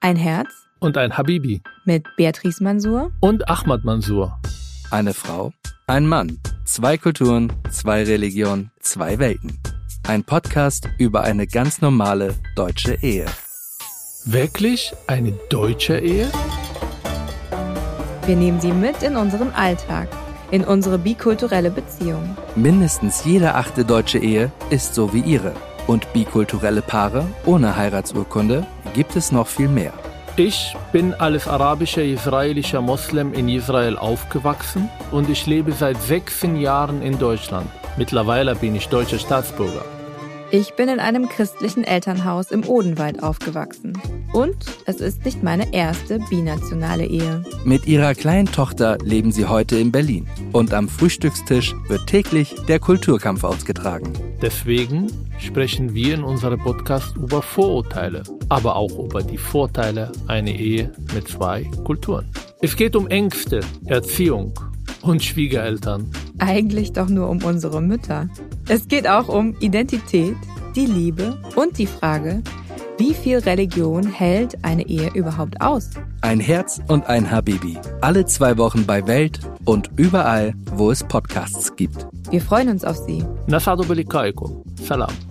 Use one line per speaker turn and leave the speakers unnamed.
Ein Herz
und ein Habibi
mit Beatrice Mansour
und Ahmad Mansour.
Eine Frau, ein Mann, zwei Kulturen, zwei Religionen, zwei Welten. Ein Podcast über eine ganz normale deutsche Ehe.
Wirklich eine deutsche Ehe?
Wir nehmen sie mit in unseren Alltag, in unsere bikulturelle Beziehung.
Mindestens jede achte deutsche Ehe ist so wie ihre. Und bikulturelle Paare ohne Heiratsurkunde gibt es noch viel mehr.
Ich bin als arabischer israelischer Moslem in Israel aufgewachsen und ich lebe seit 16 Jahren in Deutschland. Mittlerweile bin ich deutscher Staatsbürger.
Ich bin in einem christlichen Elternhaus im Odenwald aufgewachsen. Und es ist nicht meine erste binationale Ehe.
Mit ihrer kleinen Tochter leben sie heute in Berlin. Und am Frühstückstisch wird täglich der Kulturkampf ausgetragen.
Deswegen sprechen wir in unserem Podcast über Vorurteile, aber auch über die Vorteile einer Ehe mit zwei Kulturen. Es geht um Ängste, Erziehung und Schwiegereltern.
Eigentlich doch nur um unsere Mütter. Es geht auch um Identität, die Liebe und die Frage, wie viel Religion hält eine Ehe überhaupt aus?
Ein Herz und ein Habibi. Alle zwei Wochen bei Welt und überall, wo es Podcasts gibt.
Wir freuen uns auf Sie.
Nasado Belikaikum. Salam.